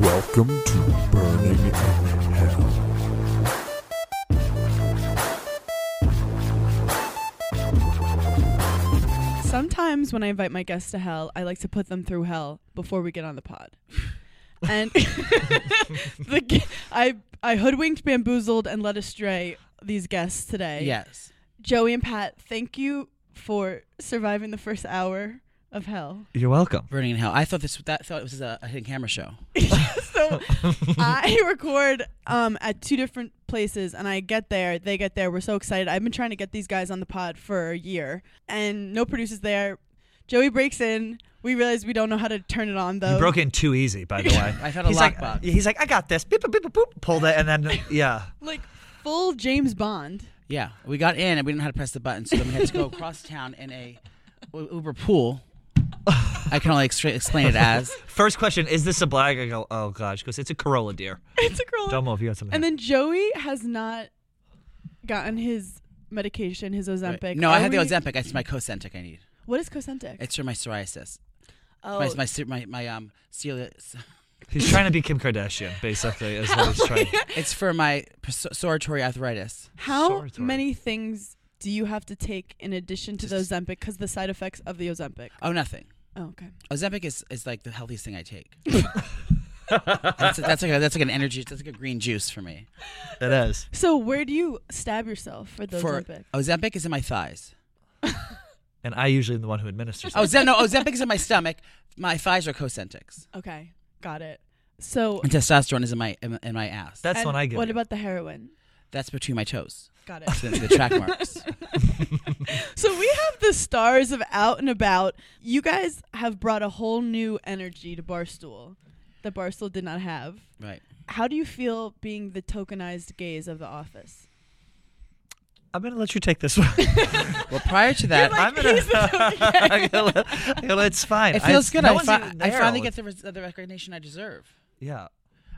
Welcome to Burning in Hell. Sometimes when I invite my guests to hell, I like to put them through hell before we get on the pod. And the, g- I I hoodwinked, bamboozled, and led astray these guests today. Yes. Joey and Pat, thank you for surviving the first hour of hell. You're welcome. Burning in Hell. I thought this that thought it was a, a hidden camera show. so I record um, at two different places, and I get there, they get there. We're so excited. I've been trying to get these guys on the pod for a year, and no producers there. Joey breaks in. We realize we don't know how to turn it on though. You broke in too easy, by the way. I found a he's like, uh, lockbox. yeah, he's like, I got this. Beep, boop, beep, boop, boop. Pulled it, and then yeah, like full James Bond. Yeah. We got in and we didn't know how to press the button, so then we had to go across town in a u- Uber pool. I can only extra- explain it as First question: Is this a black? I go, oh gosh, because it's a Corolla, dear. It's a girl. Dumbo, if you got something. And then Joey has not gotten his medication, his Ozempic. No, Are I had the we- Ozempic. It's my Cosentic I need. What is Cosentyx? It's for my psoriasis. oh, My, my se- my my um celiac. he's trying to be Kim Kardashian, basically, is what he's trying. It's for my pso- psoriatoid arthritis. how Sorry, sorry. many things do you have to take in addition to the Just- Ozempic? Because the side effects of the Ozempic. Oh, nothing. Oh, okay. Ozempic is, is like the healthiest thing I take. that's, that's like a, that's like an energy. That's like a green juice for me. It is. So where do you stab yourself for the for Ozempic? Ozempic is in my thighs. And I usually am the one who administers. Oh, it. Zem- no, Ozempic is in my stomach. My thighs are Cosentix. Okay, got it. So And testosterone is in my in, in my ass. that's and when I get. What it. about the heroin? That's between my toes. Got The, it. the track marks. so we have the stars of Out and About. You guys have brought a whole new energy to Barstool that Barstool did not have. Right. How do you feel being the tokenized gaze of the office? I'm gonna let you take this one. Well, prior to that, I'm gonna. I go, I go, it's fine. it feels I, good. no I, one's fi- even I there. finally get the, res- the recognition I deserve. Yeah.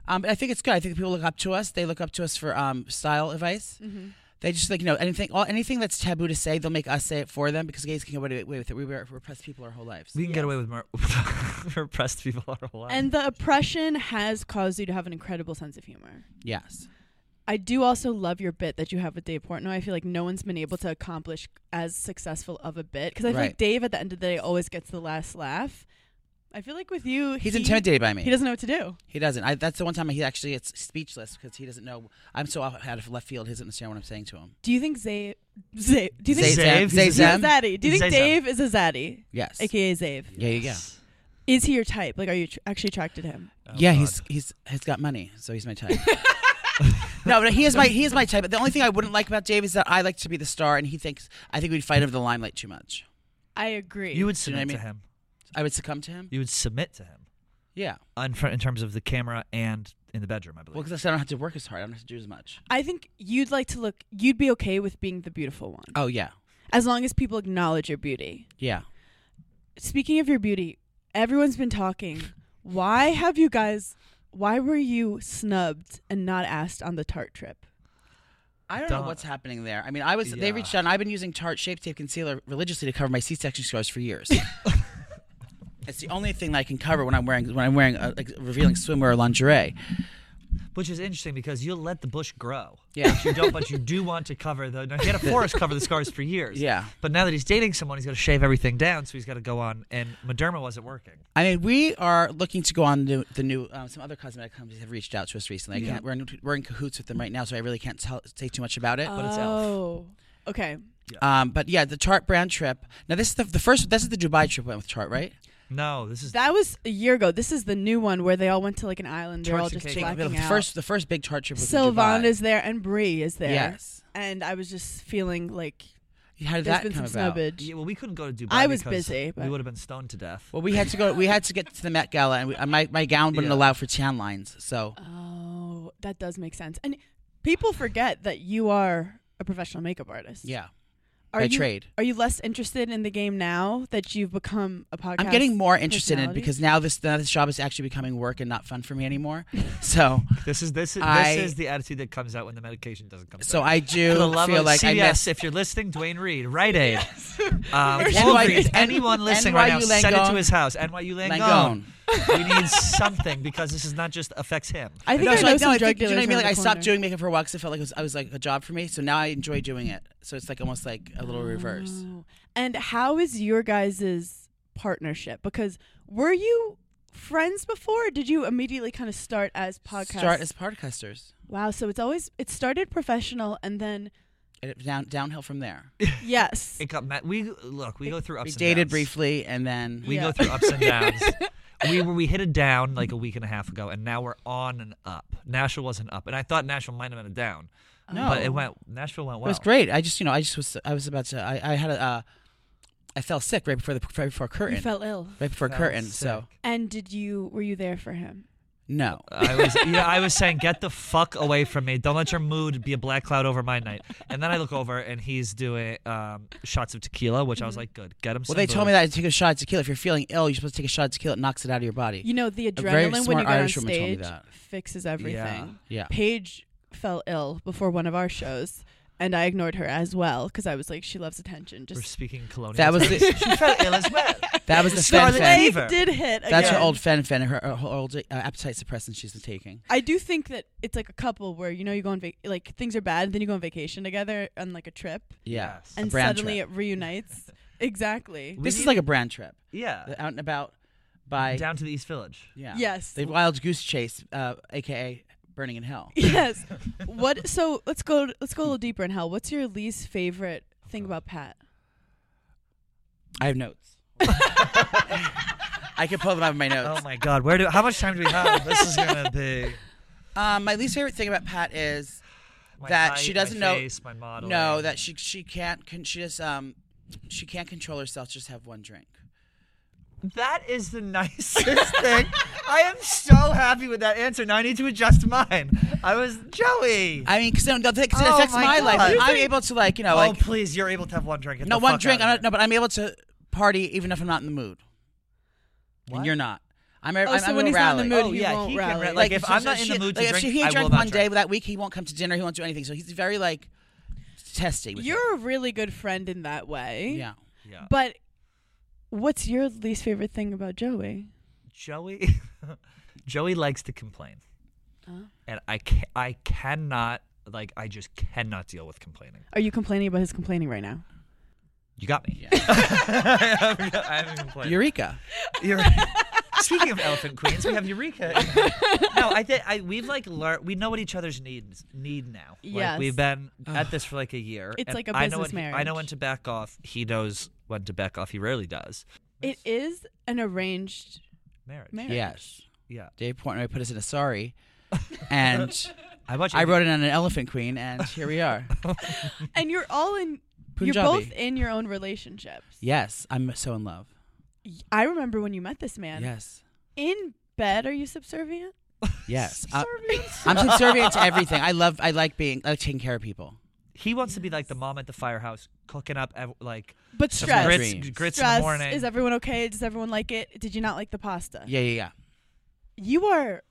Um, but I think it's good. I think people look up to us. They look up to us for um, style advice. Mm-hmm. They just like you know anything all, anything that's taboo to say, they'll make us say it for them because gays can get away with it. We were repressed people our whole lives. We can get away with more repressed people are alive. And the oppression has caused you to have an incredible sense of humor. Yes. I do also love your bit that you have with Dave Portnoy. I feel like no one's been able to accomplish as successful of a bit because I feel like Right. Dave at the end of the day always gets the last laugh. I feel like with you, He's he- intimidated by me. He doesn't know what to do. He doesn't. I, that's the one time he actually gets speechless because he doesn't know. I'm so out out of left field. He doesn't understand what I'm saying to him. Do you think Zay? Zay? Do you think Zay- Zave? Zave, Zay He's a Zem? Zem? Zaddy? Do you He's think a Zem. Dave is a Zaddy, Yes. aka Zave? Yeah, yeah, yeah. Is he your type? Like, are you tr- actually attracted to him? Oh, yeah, God. he's he's he's got money, so he's my type. no, but he is my he is my type. The only thing I wouldn't like about Dave is that I like to be the star, and he thinks I think we'd fight over the limelight too much. I agree. You would you know what I submit to mean? him. I would succumb to him. You would submit to him. Yeah, in, fr- in terms of the camera and in the bedroom, I believe. well, because I don't have to work as hard. I don't have to do as much. I think you'd like to look. You'd be okay with being the beautiful one, Oh yeah, as long as people acknowledge your beauty. yeah. Speaking of your beauty, everyone's been talking. Why have you guys? Why were you snubbed and not asked on the Tarte trip? I don't Don't- know what's happening there. I mean, I was they Yeah. reached out. and I've been using Tarte Shape Tape Concealer religiously to cover my C-section scars for years. it's the only thing that I can cover when I'm wearing when I'm wearing a, like, revealing swimwear or lingerie. Which is interesting because you'll let the bush grow. Yeah. But you don't, but you do want to cover the. Now, he had a forest cover the scars for years. Yeah. But now that he's dating someone, he's got to shave everything down, so he's got to go on. And Moderma wasn't working. I mean, we are looking to go on the, the new. Um, some other cosmetic companies have reached out to us recently. I can't, we're, in, we're in cahoots with them right now, so I really can't tell, say too much about it. But it's Elf. oh, okay. Um, but yeah, the Chart brand trip. Now this is the, the first. This is the Dubai trip we went with Chart, right? No, this is. That was a year ago. This is the new one where they all went to like an island. They're all Tarts and just cake. blacking the out. first, the first big Chart trip was to Sylvan Dubai. is there and Bree is there. Yes. And I was just feeling like How did there's that been come some about? snubbage. Yeah, well, we couldn't go to Dubai. I was because busy, but- We would have been stoned to death. Well, we had to go. We had to get to the Met Gala, and we, uh, my my gown wouldn't Yeah. allow for tan lines. So Oh, that does make sense. And people forget that you are a professional makeup artist. yeah, Are by you trade. are you less interested in the game now that you've become a podcast? I'm getting more interested in it personality? because now this now this job is actually becoming work and not fun for me anymore. So This is this is I- this is the attitude that comes out when the medication doesn't come. so through. I For do the love feel of like CVS, I miss if you're listening, Dwayne Reed, Rite Aid, um, It's NYU Walgreens, anyone listening right now, Langone. send it to his house. NYU Langone. Langone. we need something because this is not just affects him. I think No, I so know I, no, some I drug think, do you know dealers. what I mean? Like around I the stopped corner. doing makeup for a while because it felt like it was, I was like a job for me. So now I enjoy doing it. So it's like almost like a little reverse. Oh. And how is your guys' partnership? Because were you friends before? Or did you immediately kind of start as podcast? Start as podcasters. wow. So it's always it started professional and then And it- down downhill from there. yes. It got met. We look. We go through ups. we and dated downs. briefly and then We Yeah. go through ups and downs. we were, we hit a down like a week and a half ago, and now we're on and up. Nashville wasn't up, and I thought Nashville might have been a down, Oh. no, but it went. Nashville went well. It was great. I just you know I just was I was about to I, I had a uh, I fell sick right before the right before curtain You fell ill. right before Felt curtain. sick. So And did you were you there for him? no, I was yeah, I was saying, get the fuck away from me. Don't let your mood be a black cloud over my night. And then I look over and he's doing um, shots of tequila, which I was like, good, get him. Well, some they told me booze. that to take a shot of tequila. If you're feeling ill, you're supposed to take a shot of tequila. It knocks it out of your body. You know the very adrenaline when smart you get on Irish woman told me stage that. fixes everything. Yeah. Paige fell ill before one of our shows, and I ignored her as well because I was like, she loves attention. we're Just speaking colonial. That was terms. the, she felt ill as well. that was the fen Scarlet fen. Lady. It did hit. Again. That's her old fen fen, her, her whole old uh, appetite suppressant she's been taking. I do think that it's like a couple where you know you go on vac- like things are bad, and then you go on vacation together on like a trip, Yeah. Yes. and brand suddenly it reunites. exactly. We This is need- like a brand trip. yeah, The Out and about by. down to the East Village. yeah. Yes. The wild goose chase, uh, AKA burning in hell. Yes. What? So let's go. Let's go a little deeper in hell. What's your least favorite thing about Pat? I have notes. I could pull them out of my notes. Oh my God, where do? How much time do we have? This is gonna be Um, my least favorite thing about Pat is my That height, she doesn't my know- Face, my model. No, that she she can't can she just um she can't control herself. Just have one drink. That is the nicest thing. I am so happy with that answer. Now I need to adjust mine. I was Joey. I mean, because it affects Oh my my, life. God. I'm able to like you know oh like please, you're able to have one drink. Get no the one fuck drink. out I of don't, no, but I'm able to party even if I'm not in the mood. What? And you're not. I'm, a- Oh, I'm, so I'm when a he's not in rally. the here. mood, Oh, he yeah, won't he can rally. rally. Like, if I'm not in the she- mood to like, drink, if she, he I drank will not one day drink. that week, he won't come to dinner. He won't do anything. So he's very like testy. With it. You're a really good friend in that way. yeah. Yeah. But what's your least favorite thing about Joey? Joey Joey likes to complain. Oh. And I ca- I cannot like I just cannot deal with complaining. Are you complaining about his complaining right now? You got me. Yeah. I haven't- I haven't complained. Eureka. You're- Speaking of elephant queens, we have Eureka. no, I think I, we've like learned. We know what each other's needs need now. Yes. Like we've been at this for like a year. It's and like a I know business when he- I know when marriage. to back off. He knows when to back off. He rarely does. It is an arranged Marriage. marriage. Yes. Yeah. Dave Portnoy put us in a sorry, and I watch. I wrote it on an elephant queen, and here we are. And you're all in you're Punjabi. both in your own relationships. Yes, I'm so in love. Y- I remember when you met this man. Yes. In bed, are you subservient? Yes. I, am subservient to everything. I love I like being I like taking care of people. He wants to be like the mom at the firehouse, cooking up ev- like But some stress. grits, Dreams. grits in stress. the morning. Is everyone okay? Does everyone like it? Did you not like the pasta? Yeah, yeah, yeah. You are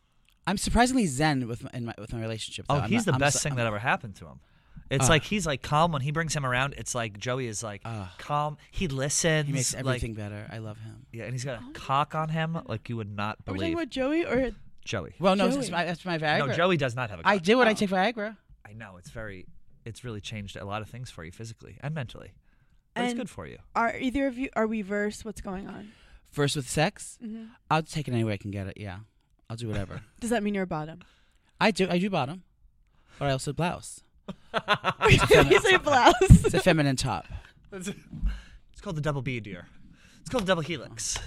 I'm surprisingly zen with my, in my with my relationship. Oh, though. I'm he's not- the I'm best so- thing I'm- that ever happened to him. It's Ah. like he's like calm when he brings him around. It's like Joey is like Ah. calm. He listens. He makes like- everything better. I love him. yeah, and he's got a cock on him like you would not are we talking believe. about Joey or Joey. Well, no, Joey. that's my, that's my Viagra. No, Joey does not have a cock. I do when I Oh. take Viagra. I know it's very. It's really changed a lot of things for you physically and mentally. But it's And- good for you. are either of you are we verse? What's going on? First with sex, Mm-hmm. I'll take it any way I can get it. Yeah, I'll do whatever. Does that mean you're a bottom? I do. I do bottom, or I also blouse. you say blouse. It's a feminine top. It's it's called the double B, dear. It's called the double helix.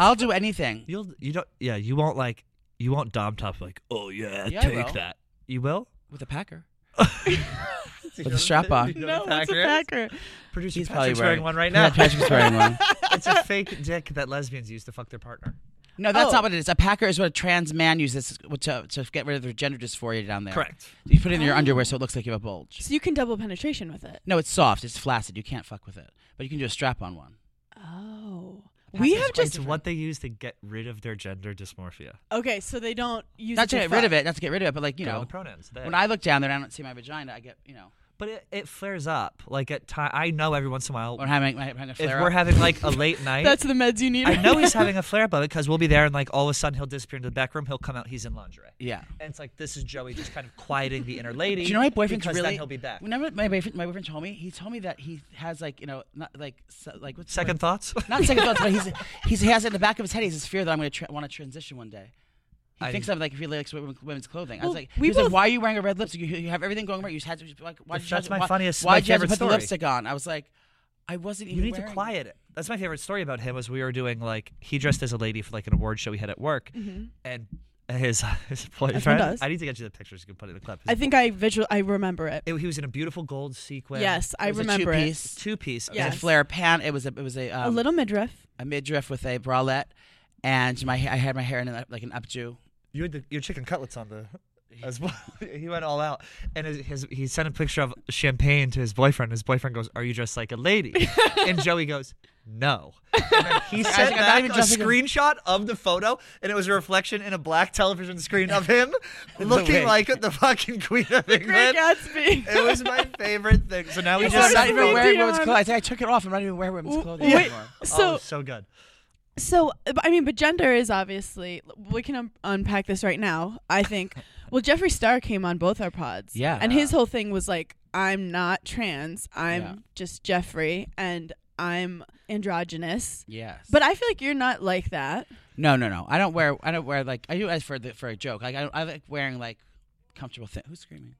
I'll do anything. You'll you don't yeah you won't like you won't dom top like oh yeah, Yeah, I will. take that you will With a packer. with a strap on. no, it's a packer. Producer He's probably Patrick's wearing wearing- one right Yeah, now. Patrick's wearing one. it's a fake dick that lesbians use to fuck their partner. No, that's Oh. not what it is. A packer is what a trans man uses to, to get rid of their gender dysphoria down there. Correct. Oh. You put it in your underwear so it looks like you have a bulge. So you can double penetration with it. No, it's soft. It's flaccid. You can't fuck with it. But you can do a strap on one. Oh. Pack we is have quite just It's what they use to get rid of their gender dysmorphia. okay, so they don't use Not to it get rid of it, not to get rid of it, but like, you Go with know, the pronouns. they. when I look down there and I don't see my vagina, I get, you know, but it, it flares up. Like at time, I know every once in a while when I'm having, when I'm having a if flare we're up. having like a late night. That's the meds you need. I right know now. he's having a flare up of it because we'll be there and like all of a sudden he'll disappear into the back room. He'll come out. He's in lingerie. yeah. And it's like this is Joey just kind of quieting the inner lady. Do you know my boyfriend's because really? Then he'll be back. Whenever my boyfriend, my boyfriend told me, he told me that he has like you know not like so, like what's the word? Second thoughts. not second thoughts, but he's, he's he has it in the back of his head. He's this fear that I'm going to tra- want to transition one day. He I- thinks I'm like really likes women, women's clothing. I was Well, like, we he was like, both- why are you wearing a red lipstick? You, you have everything going right. You just had to just, like, why did you That's have to- my why, funniest- Why my did you have to favorite put story. the lipstick on? I was like, I wasn't even. You need to wearing it. quiet it. That's my favorite story about him. Was we were doing like he dressed as a lady for like an award show we had at work, Mm-hmm. and his his boyfriend. does. I need to get you the pictures. You can put it in the clip. I think I visual I remember it. It- he was in a beautiful gold sequin. yes, I It was remember a two it. piece. two piece. It Yes. was a flare pant. It was a it was a A um, little midriff. a midriff with a bralette, and my ha- I had my hair in a, like an updo. you had the, your chicken cutlets on the as well. he went all out, and his, his he sent a picture of champagne to his boyfriend. His boyfriend goes, "Are you dressed like a lady?" and Joey goes, "No." And then he Isaac, sent I'm not back even a dressed like a- screenshot of the photo, and it was a reflection in a black television screen of him looking wig. like the fucking queen of Great England. Gatsby. It was my favorite thing. So now we You I'm just are not sent even freaking wearing women's on. clothes. I think I took it off. I'm not even wearing women's W- clothing wait. anymore. so, So oh, so good. So, but, I mean, but gender is obviously we can un- unpack this right now. I think. well, Jeffree Star came on both our pods. Yeah. and his whole thing was like, "I'm not trans. I'm Yeah. just Jeffrey, and I'm androgynous." Yes. But I feel like you're not like that. No, no, no. I don't wear. I don't wear like. I do as for the, for a joke. Like I, don't- I like wearing like comfortable things. Who's screaming?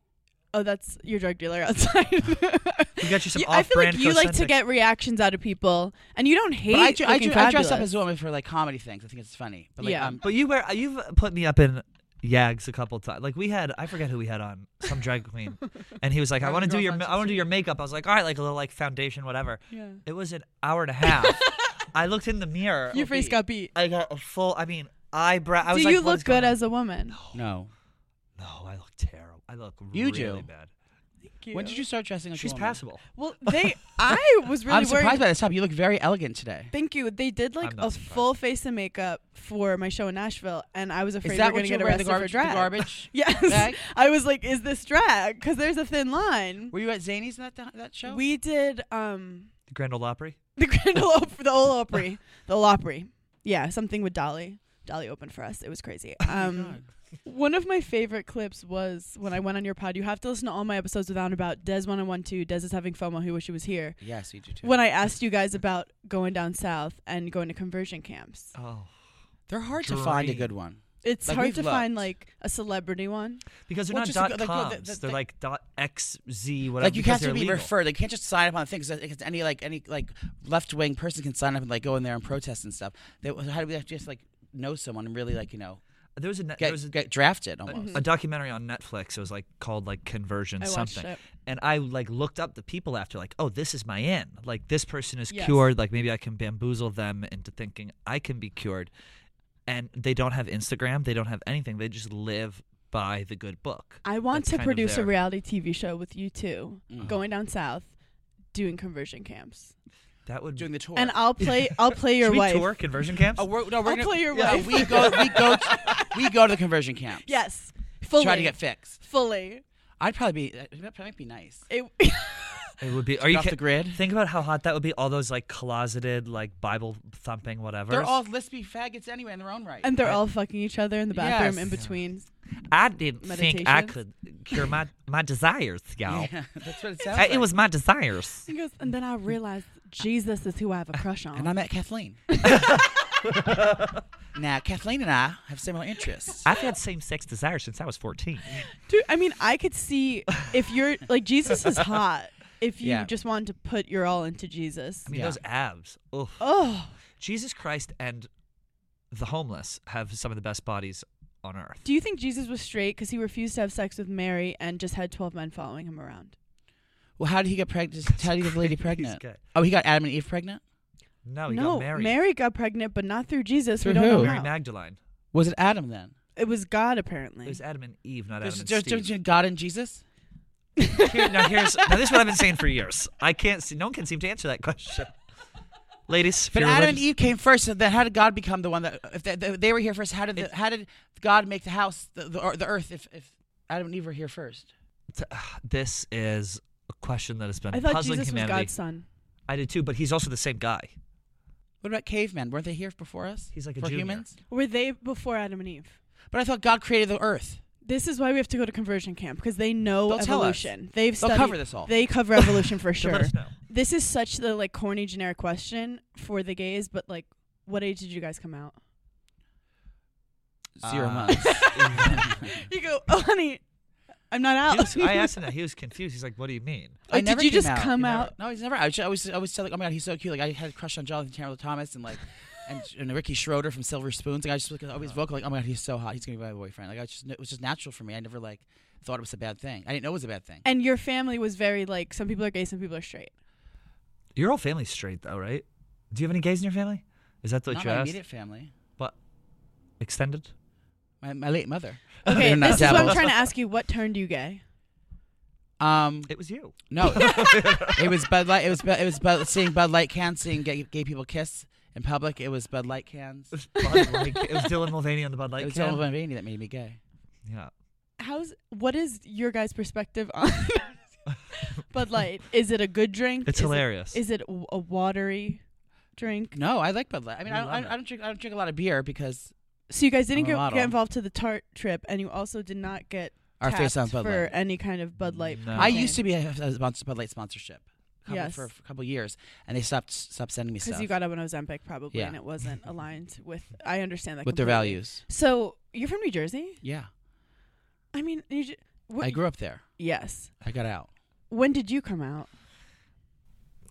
Oh, that's your drug dealer outside. We got you some You- I feel like off-brand you like to Cosentyx. get reactions out of people, and you don't hate. But I, do, I, looking do, I dress up fabulous. as a woman for like comedy things. I think it's funny. But like, Yeah. um, But you wear you've put me up in yags a couple times. Like we had I forget who we had on some drag queen, and he was like, "I Drag want to do girls your on ma- I want to do Tuesday. your makeup." I was like, "All right, like a little like foundation, whatever." Yeah. It was an hour and a half. I looked in the mirror. Your OP. face got beat. I got a full. I mean, eyebrow. I was Do like, you what look is going good on? as a woman? no. No, I look terrible. I look You do. really bad. When did you start dressing like She's a woman? passable. Well, they. I was really I'm surprised worried. by this top. You look very elegant today. Thank you. They did like I'm not a surprised. full face of makeup for my show in Nashville, and I was afraid Is we were that going what to you get wear? arrested The garbage. for drag. The garbage. Yes, Drag? I was like, "Is this drag?" Because there's a thin line. Were you at Zany's in that that show? We did um The Grand Ole Opry. the Grand Ole Op- the Ole Opry, the Ole Opry. Yeah, something with Dolly. Dolly opened for us. It was crazy. Um, Oh God. one of my favorite clips was when I went on your pod. You have to listen to all my episodes without about Des one and one two. Des is having FOMO. He wish he was here. Yes, we do too. When I asked you guys about going down south and going to conversion camps. Oh, They're hard to find a Dream. good one. It's Like, hard we've to find looked. like a celebrity one. because they're Well, not just dot like- like, well, coms. the- the- they're the- like dot xz. Whatever. Like you because have they're to be legal. referred. Like, you can't just sign up on things. Because any like any like left wing person can sign up and like go in there and protest and stuff. They, how do we have to just like know someone and really like you know There was a net- there get was a get drafted almost? a documentary on Netflix. It was like called like conversion Mm-hmm. I watched something. it. And I like looked up the people after like, oh, this is my in. Like this person is Yes. cured. Like maybe I can bamboozle them into thinking I can be cured. And they don't have Instagram. They don't have anything. They just live by the good book. I want That's to kind of produce a their- reality TV show with you two Mm-hmm. going down south doing conversion camps. That would Doing the tour. And I'll play I'll play your Should we wife. tour conversion camps. Oh, we're, no, we're I'll gonna, play your yeah, wife. we go, we go, to, we go to the conversion camp. Yes. Fully. try to get fixed. fully. I'd probably be. uh, That might be nice. It, it would be. Are you off ki- the grid. Think about how hot that would be. All those like closeted, like Bible thumping, whatever. They're all lispy faggots anyway in their own right. and they're all fucking each other in the bathroom Yes. in between. I didn't think I could Meditations. cure my my desires, y'all. yeah, that's what it sounds. I- like. it was my desires. He goes, and then I realized Jesus is who I have a crush on. And I met Kathleen. now Kathleen and I have similar interests. I've had same sex desire since I was 14. Dude, I mean, I could see if you're like Jesus is hot. If you Yeah. just wanted to put your all into Jesus. I mean, Yeah. those abs. Ugh. Oh, Jesus Christ and the homeless have some of the best bodies on earth. Do you think Jesus was straight because he refused to have sex with Mary and just had 12 men following him around? Well, how did he get pregnant? How did he get the lady pregnant? good. Oh, he got Adam and Eve pregnant. No, he no, got married. Mary got pregnant, but not through Jesus. we Through don't who? know Mary how. Magdalene. Was it Adam then? It was God, apparently. It was Adam and Eve, not There's a Adam and difference Steve. between God and Jesus. Here- now here's now this is what I've been saying for years. I can't see. No one can seem to answer that question. Ladies, if But you're Adam and religious- Eve came first. So then, how did God become the one that if they, they, they were here first? How did the, It- how did God make the house the the, or the earth if, if Adam and Eve were here first? this is a question that has been I thought puzzling Jesus humanity. was God's son. I did too, but he's also the same guy. What about cavemen? Weren't they here before us? He's like a for junior. humans. Were they before Adam and Eve? But I thought God created the earth. This is why we have to go to conversion camp because they know They'll tell us. evolution. They've They'll studied. cover this all. They cover evolution for So sure. let us know. This is such the like corny generic question for the gays, but like, what age did you guys come out? Zero Uh, months. You go, oh honey, I'm not He was- out. I asked him that. He was confused. He's like, "What do you mean?" I Like, never did you came just out. come You never- out? No, he's never. I was- I always, I always tell like, oh my god, he's so cute. Like I had a crush on Jonathan Taylor Thomas and like, and, and Ricky Schroeder from Silver Spoons. Like I just was like, always vocal like, oh my god, he's so hot. He's gonna be my boyfriend. Like I just, it was just natural for me. I never like thought it was a bad thing. I didn't know it was a bad thing. And your family was very like, some people are gay, some people are straight. Your whole family's straight, though, right? Do you have any gays in your family? Is that the Not you my asked? immediate family. What? Extended? My, my late mother. Okay, They're not this is what I'm doubles. trying to ask you. What turned you gay? Um, It was you. no, it was Bud Light. It was Bud, it was Bud, seeing Bud Light cans, seeing gay, gay people kiss in public. It was Bud Light cans. It was, Bud Light- it was Dylan Mulvaney on the Bud Light it was can. Dylan Mulvaney that made me gay. Yeah. How's what is your guys' perspective on Bud Light? Is it a good drink? Is It's it- hilarious. Is it w- a watery drink? No, I like Bud Light. I mean, We I don't, I, love don't- it. I don't drink. I don't drink a lot of beer because So you guys didn't I'm a get, model. get involved to the Tart trip, and you also did not get our face on tapped Bud for Light. any kind of Bud Light. No. I used to be a, a sponsor, Bud Light sponsorship couple, Yes. for a couple years, and they stopped stopped sending me because stuff you got up on Ozempic probably, Yeah. and it wasn't aligned with. I understand that with their completely. values. So you're from New Jersey. Yeah, I mean, you ju- what- I grew up there. yes. I got out. When did you come out?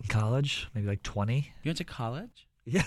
College, maybe like 20. You went to college? Yeah.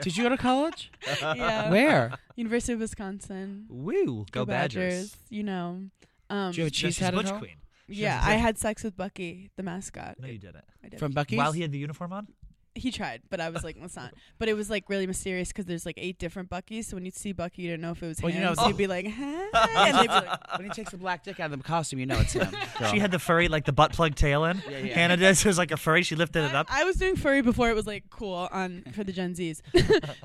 Did you go to college? yeah, Where? University of Wisconsin. Woo. Go, Badgers. You know. Um, Did you have a She's cheese hat at Butch home? Queen. She yeah, was a I Butch- had sex with Bucky, the mascot. No, you didn't. I did. from Bucky's? While he had the uniform on? he tried, but I was like, let's not. But it was like really mysterious because there's like eight different Buckys. So when you'd see Bucky, you didn't know if it was Well, him. you know, so oh. you'd be like, huh? And they'd be like, when he takes the black dick out of the costume, you know it's him. girl. She had the furry, like the butt plug tail in. Yeah, yeah. Hannah does. It was like a furry. She lifted it I, up. I was doing furry before it was like cool on for the Gen Zs.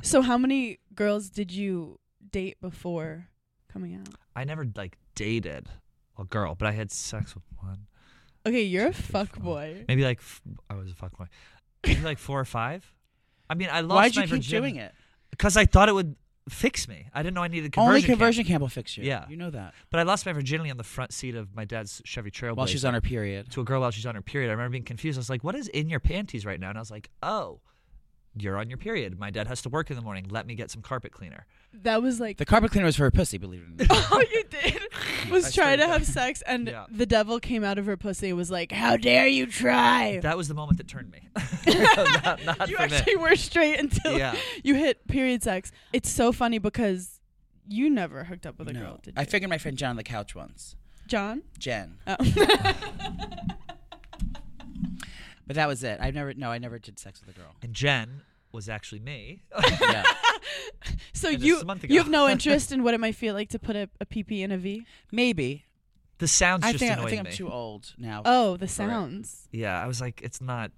so how many girls did you date before coming out? I never like dated a girl, but I had sex with one. Okay, you're a Two, three, fuck four. boy. Maybe like f- I was a fuckboy. Maybe like four or five. I mean, I lost. Why'd you my keep doing it? Because I thought it would fix me. I didn't know I needed conversion. Only camp. conversion camp. will fix you. Yeah. you know that. But I lost my virginity on the front seat of my dad's Chevy Trailblazer. While she's on her period, to a girl while she's on her period. I remember being confused. I was like, "What is in your panties right now?" And I was like, "Oh, you're on your period. My dad has to work in the morning. Let me get some carpet cleaner." That was like the carpet cleaner was for her pussy. Believe it or not. all you did was I try straight to up- have sex, and Yeah. the devil came out of her pussy and was like, "How dare you try?" That was the moment that turned me. not not you from it. actually were straight until Yeah. you hit period sex. It's so funny because you never hooked up with a No. girl, did you? I figured my friend John on the couch once. John. Jen, Oh. but that was it. I never. No, I never did sex with a girl. And Jen was actually me. Yeah. so And this you is a month you ago. have no interest in what it might feel like to put a, a PP in a V. Maybe. The sounds I just think, I annoyed think me. I'm too old now. Oh, the sounds. yeah, I was like, "It's not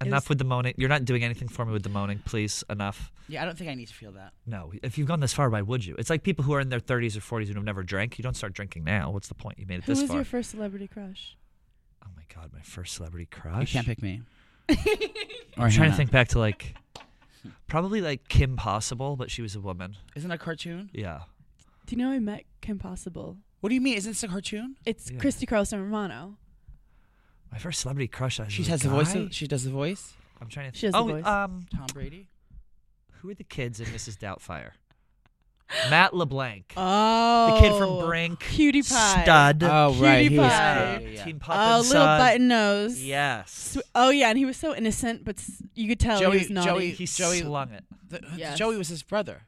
enough with the moaning. You're not doing anything for me with the moaning, please. Enough." Yeah, I don't think I need to feel that. No, if you've gone this far, why would you? It's like people who are in their 30s or 40s and have never drank. You don't start drinking now. What's the point? You made it Who this was far. your first celebrity crush? oh my god, my first celebrity crush. You can't pick me. or I'm trying Hannah. to think back to like probably like Kim Possible, but she was a woman. Isn't it a cartoon? Yeah. Do you know I met Kim Possible? What do you mean? Isn't this a cartoon? It's Yeah. Christy Carlson Romano. My first celebrity crush. I was She a has the voice. guy? Of, she does the voice. I'm trying to. Think. She has the oh, voice. um, Tom Brady. who are the kids in Mrs. Doubtfire? Matt LeBlanc, Oh, the kid from Brink, Cutie Pie. Stud, Oh Cutie right. He was, Pie. yeah, yeah, yeah. Teen Pop Oh, and little Son. button nose. Yes. Sw- Oh yeah, and he was so innocent, but s- you could tell he Joey- was naughty. Joey- He Joey- slung it. The- Yes. Joey was his brother.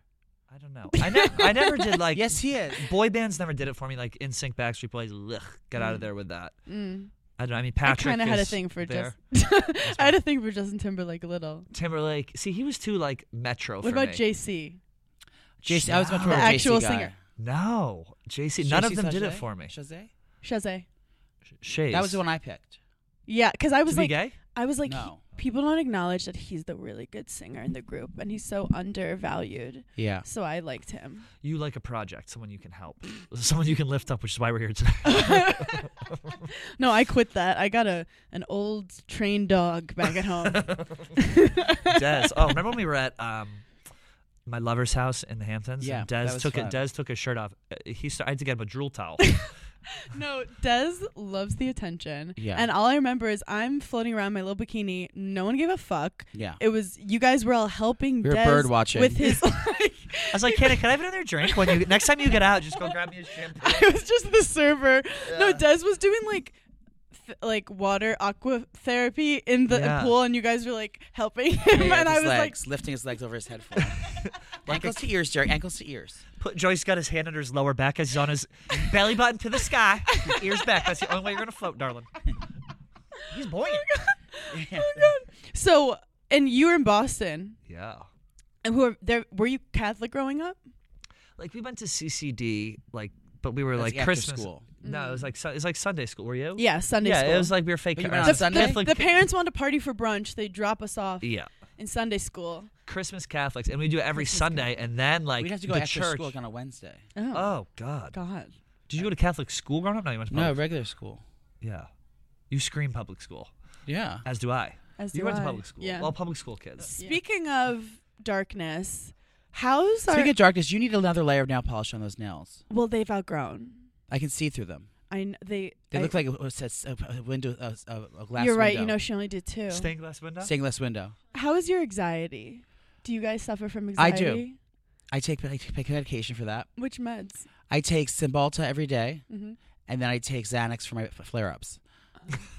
I don't know. I, ne- I never did like. yes, he is. Boy bands never did it for me. Like In Sync, Backstreet Boys. Ugh, get out of there with that. Mm. I don't know. I mean, I Patrick. kind of had a is thing for there. Justin. I had a thing for Justin Timberlake a little. Timberlake. See, he was too like metro. What Oh, for about me. JC? JC, I was much more The of a actual JC guy. singer. No, JC. None of JC them did it Sachet? for me. Shazay? Shazay. Shays. That was the one I picked. Yeah, because I was to be like, gay. I was like, he- No. people don't acknowledge that he's the really good singer in the group, and he's so undervalued. Yeah. So I liked him. You like a project, someone you can help, someone you can lift up, which is why we're here today. No, I quit that. I got a an old trained dog back at home. Des. Oh, remember when we were at um, my lover's house in the Hamptons? Yeah, and that Des was took fun. it. Des took his shirt off. Uh, He started, I had to get him a drool towel. no, Des loves the attention. Yeah. And all I remember is I'm floating around my little bikini. No one gave a fuck. Yeah. It was you guys were all helping We were Des bird watching. with his. Like, I was like, Kenny, can I have another drink? When you next time you get out, just go grab me a champagne. I was just the server. No, Des was doing like. th- Like water aqua therapy in the Yeah. pool, and you guys were like helping him, Yeah, and I his was like, legs, lifting his legs over his head. for him. ankles to ears, Jerry. Ankles to ears. Put, Joyce got his hand under his lower back as he's on his belly button to the sky, his ears back. That's the only way you're gonna float, darling. He's buoyant. Oh so. And you were in Boston, Yeah. and who were there? Were you Catholic growing up? Like we went to CCD, like, but we were That's like after Christmas. school. Mm. No, it was like Sun- it was like Sunday school. Were you? Yeah, Sunday yeah, school. it was like we were fake. But you uh, went on the, Sunday? the- the parents want to party for brunch. They drop us off yeah, in Sunday school. Christmas Catholics, and we do it every Sunday, and then like We'd have to go the after church. school like, on a Wednesday. Oh, Oh God! God. Did you go to Catholic school growing up? No, you went to No, public. regular school. Yeah, you scream public school, Yeah. as do I. As you do went to I. public school. Yeah. Well, public school kids. Speaking of darkness, how's our Speaking of darkness, you need another layer of nail polish on those nails. well? They've outgrown. I can see through them. I kn- they They I- look like a, a, a window, a, a, a glass. you're right. You window. know, she only did two. Stained glass window. stained-glass window. How is your anxiety? Do you guys suffer from I anxiety? do. I take, I take medication for that. Which meds? I take Cymbalta every day, Mm-hmm. and then I take Xanax for my flare-ups.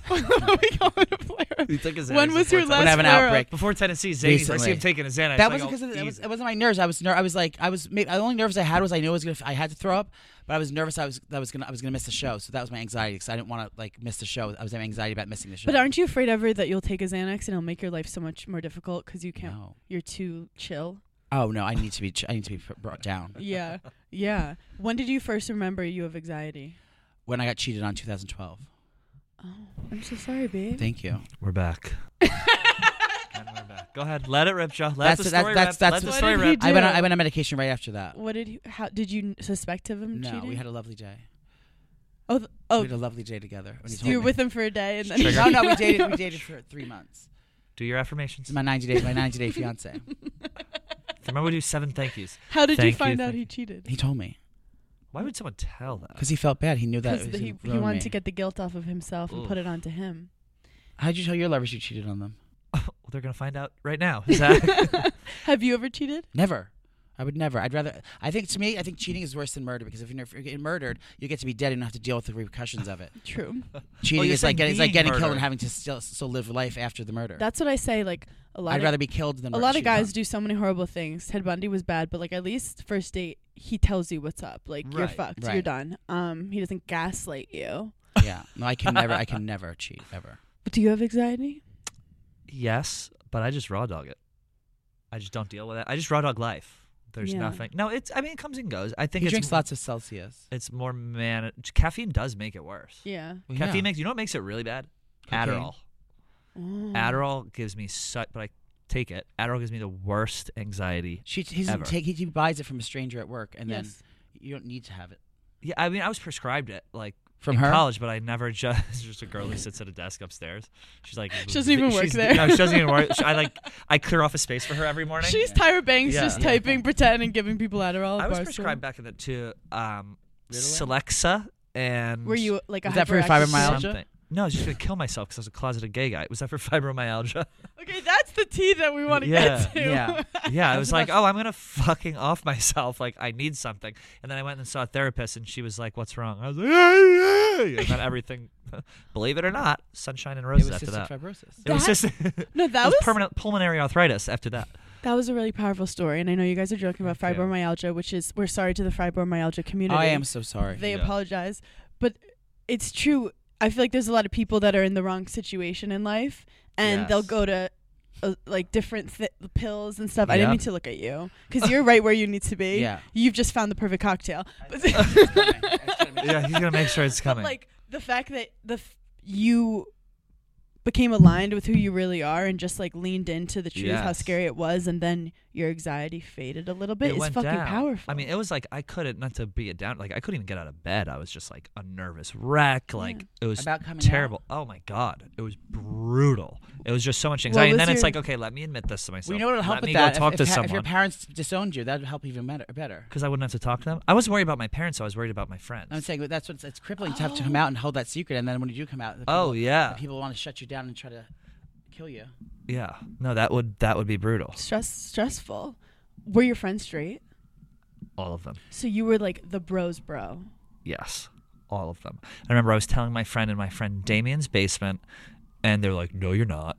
we call it a flare. took his When Xanax was before your Ten- last When I have flare-up? an outbreak. Before Tennessee, Zanies, I see Recently. him taking a Xanax. that like, wasn't oh, because of, that was, easy. it wasn't my nerves. I was ner- I was like I was maybe, the only nerves I had was I knew I was gonna I had to throw up, but I was nervous I was that I was gonna I was gonna miss the show. So that was my anxiety because I didn't want to like miss the show. I was having anxiety about missing the show. But aren't you afraid ever that you'll take a Xanax and it'll make your life so much more difficult because you can't? No. You're too chill. Oh no, I need to be ch- I need to be brought down. yeah, yeah. When did you first remember you have anxiety? When I got cheated on 2012. Oh, I'm so sorry, babe. Thank you. We're back. and we're back. Go ahead, let it rip, Joe. Let That's the it, that- story that's- rip. that's Let the what- story What did he rip. do? I went on, I went on medication right after that. What did you? How did you suspect of him no, cheating? we had a lovely day. oh, th- We oh, had a lovely day together. when he so told you were me. Oh, with him for a day and then Oh, Trigger. No, no, we dated. We dated for three months. Do your affirmations. It's my 90 day my 90 day fiance. Remember to do seven thank yous. How did Thank you you, find out thank he you. cheated? He told me Why would someone tell that? because he felt bad. He knew that Because it was he, he ruined wanted me. to get the guilt off of himself and put it onto him. How'd you tell your lovers you cheated on them? Well, they're gonna find out right now. Is that- Have you ever cheated? Never. I would never. I'd rather. I think to me, I think cheating is worse than murder because if you're, if you're getting murdered, you get to be dead and not have to deal with the repercussions of it. True. Oh, Cheating you're is like saying getting, it's like being getting killed murdered. and having to still still live life after the murder. That's what I say. Like a lot. I'd of, rather be killed than a mur- lot of cheated guys on. do so many horrible things. Ted Bundy was bad, but like at least first date he tells you what's up. Like you're Right, fucked. You're right. done. Um, he doesn't gaslight you. Yeah. No, I can never. I can never cheat ever. But do you have anxiety? yes, but I just raw dog it. I just don't deal with it. I just raw dog life. There's Yeah. nothing. No, it's. I mean, it comes and goes. I think He it's drinks lots of Celsius. It's more man. Caffeine does make it worse. Yeah. Well, Caffeine yeah. makes. You know what makes it really bad? Cocaine. Mm. Adderall. Oh. Adderall gives me such. But I take it. Adderall gives me the worst anxiety. She he doesn't Ever. take. He, he buys it from a stranger at work, and Yes. then you don't need to have it Yeah, I mean, I was prescribed it like from in her. college, but I never just just a girl who sits at a desk upstairs. She's like She doesn't even work she's- there. No, she doesn't even work. I like I clear off a space for her every morning. She's Tyra Banks Yeah. just Yeah. typing, pretending, giving people Adderall. at I was Oh, Barstool. prescribed back in the to um, Ritalin? Celexa and Were you like a Was that for your hyperactive- fibromyalgia? something. No, I was just gonna kill myself because I was a closeted gay guy. Was that for fibromyalgia? Okay, that's the tea that we want to Yeah, get to. yeah. yeah, I I was was like, oh, I'm gonna fucking off myself. Like I need something. And then I went and saw a therapist, and she was like, what's wrong? I was like, "Hey, hey," and then everything. Believe it or not, sunshine and It roses was after cystic that. fibrosis. It That- was just it No, that was was, permanent pulmonary arthritis after that. that was a really powerful story, and I know you guys are joking about Thank you. fibromyalgia, which is we're sorry to the fibromyalgia community. I am so sorry. They Yeah. apologize, but it's true. I feel like there's a lot of people that are in the wrong situation in life, and they'll Yes. go to uh, like different th- pills and stuff. I didn't Yep. mean to look at you because you're right where you need to be. Yeah. you've just found the perfect cocktail. But Yeah, he's gonna make sure it's coming. like the fact that the f- you became aligned with who you really are and just like leaned into the truth how Yes. scary it was and then your anxiety faded a little bit it is went fucking down. powerful I mean, it was like I couldn't not to be a down. Like I couldn't even get out of bed. I was just like a nervous wreck. Like it was About coming out? terrible. Oh my god, it was brutal. It was just so much anxiety. And was then it's your- like, okay, let me admit this to myself. Well, you know what'll help let with me that? Go talk if, to if, pa- if your someone parents disowned you, that'd help even better. Better. because I wouldn't have to talk to them. I wasn't worried about my parents. I was worried about my friends. I'm saying that's what's it's crippling to have to come out and hold that secret, and then when you do come out, the people, oh the yeah, people want to shut you down and try to kill you. yeah. No, that would that would be brutal. stress stressful were your friends straight All of them. so you were like the bros bro Yes, all of them. I remember I was telling my friend in my friend Damien's basement, and they're like, "No, you're not."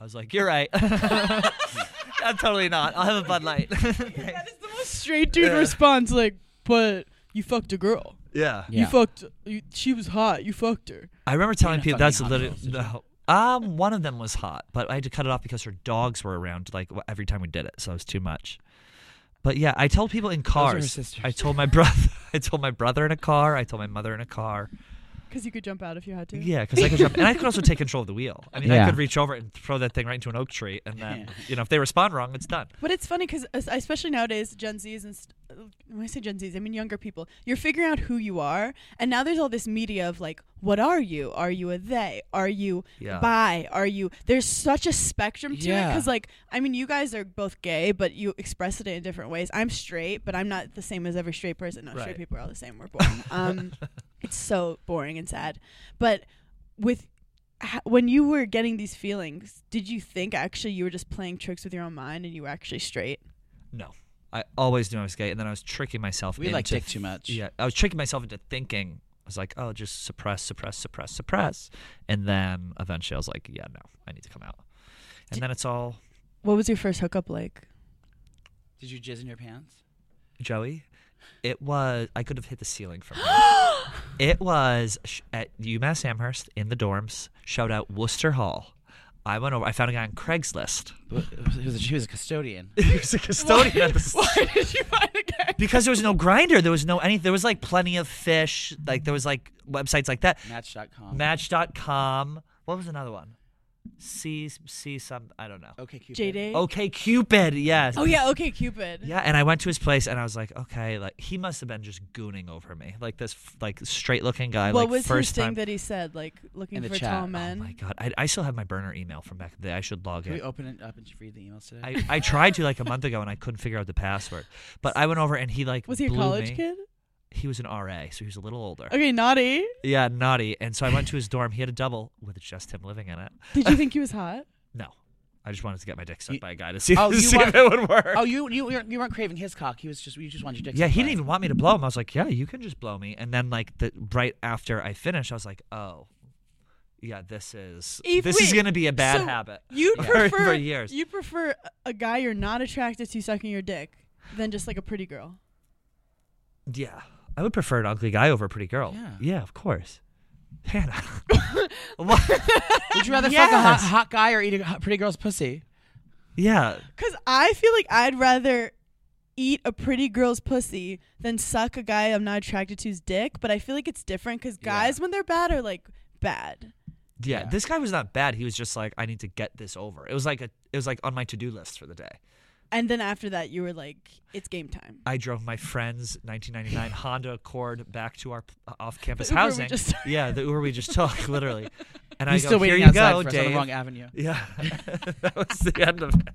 I was like, "You're right. I'm totally not. I'll have a Bud Light." that is the most straight dude Yeah. response like but you fucked a girl yeah. Yeah. fucked you, she was hot you fucked her I remember telling not people fucking that's hot literally girls, did no. Um, one of them was hot, but I had to cut it off because her dogs were around like wh- every time we did it, so it was too much. But yeah, I told people in are her cars. sisters. I told my brother. I told my brother in a car. I told my mother in a car. because you could jump out if you had to Yeah, because I could jump, and I could also take control of the wheel. I mean, Yeah. I could reach over and throw that thing right into an oak tree, and then Yeah. you know if they respond wrong, it's done. But it's funny because especially nowadays, Gen Zs and st- uh, when I say Gen Zs, I mean younger people. You're figuring out who you are, and now there's all this media of like, what are you? Are you a they? Are you Yeah. bi? Are you? There's such a spectrum to it Yeah. because like, I mean, you guys are both gay, but you express it in different ways. I'm straight, but I'm not the same as every straight person. No, straight Right. people are all the same. We're born. um, it's so boring and sad. But with ha- when you were getting these feelings, did you think actually you were just playing tricks with your own mind and you were actually straight? No, I always knew I was gay, and then I was tricking myself. We like into- dick too much. Yeah, I was tricking myself into thinking. I was like, oh, just suppress, suppress, suppress, suppress, and then eventually I was like, yeah, no, I need to come out. And then it's all What was your first hookup like? Did you jizz in your pants? Joey. It was I could have hit the ceiling from him. It was sh- at UMass Amherst in the dorms. Shout out Worcester Hall. I went over. I found a guy on Craigslist. Wh- He was a, he uh, was a custodian. he was a custodian at the Why did you find a guy? because there was no grinder. There was no any. There was like plenty of fish. Like there was like websites like that. Match.com. Match.com. What was another one? C C some. I don't know. okay, Cupid. J date. Okay, Cupid. Yes. Oh yeah. Okay, Cupid. Oh. Yeah, and I went to his place and I was like, okay, like he must have been just gooning over me, like this, f- like straight looking guy. What like, was first his thing time. that he said? Like looking In the for chat. tall Oh Oh men. my god, I, I still have my burner email from back in the day. I should log Can in. we open it up and just read the emails today? I, I tried to like a month ago and I couldn't figure out the password. But I went over and he like was he a blew college me. kid? He was an RA, so he was a little older. Okay, naughty. Yeah, naughty. And so I went to his dorm. He had a double with just him living in it. Did you think he was hot? No, I just wanted to get my dick sucked You- by a guy to see, Oh, to you see want- if it would work. oh, you you weren't, you weren't craving his cock. He was just you just wanted your dick. yeah, he sucked by didn't even want me to blow him. I was like, yeah, you can just blow me. And then like the right after I finished, I was like, oh, yeah, this is If- this is wait, gonna be a bad so habit. You'd Yeah. prefer For years. You prefer a- a guy you're not attracted to sucking your dick than just like a pretty girl. Yeah, I would prefer an ugly guy over a pretty girl. Yeah. of course. Hannah, What? it. Would you rather fuck a hot, Yes. hot guy or eat a hot- pretty girl's pussy? yeah, Cause I feel like I'd rather eat a pretty girl's pussy than suck a guy I'm not attracted to's dick. But I feel like it's different because Yeah. guys, when they're bad, are like bad. yeah. Yeah. This guy was not bad. He was just like, I need to get this over. It was like a, it was like on my to do list for the day. And then after that, you were like, it's game time. I drove my friend's 1999 Honda Accord back to our p- uh, off-campus The Uber we housing. just- yeah, the Uber we just took, literally. And I He's go, still waiting here you outside go, for us Dave. on the wrong avenue. Yeah, that was the end of it.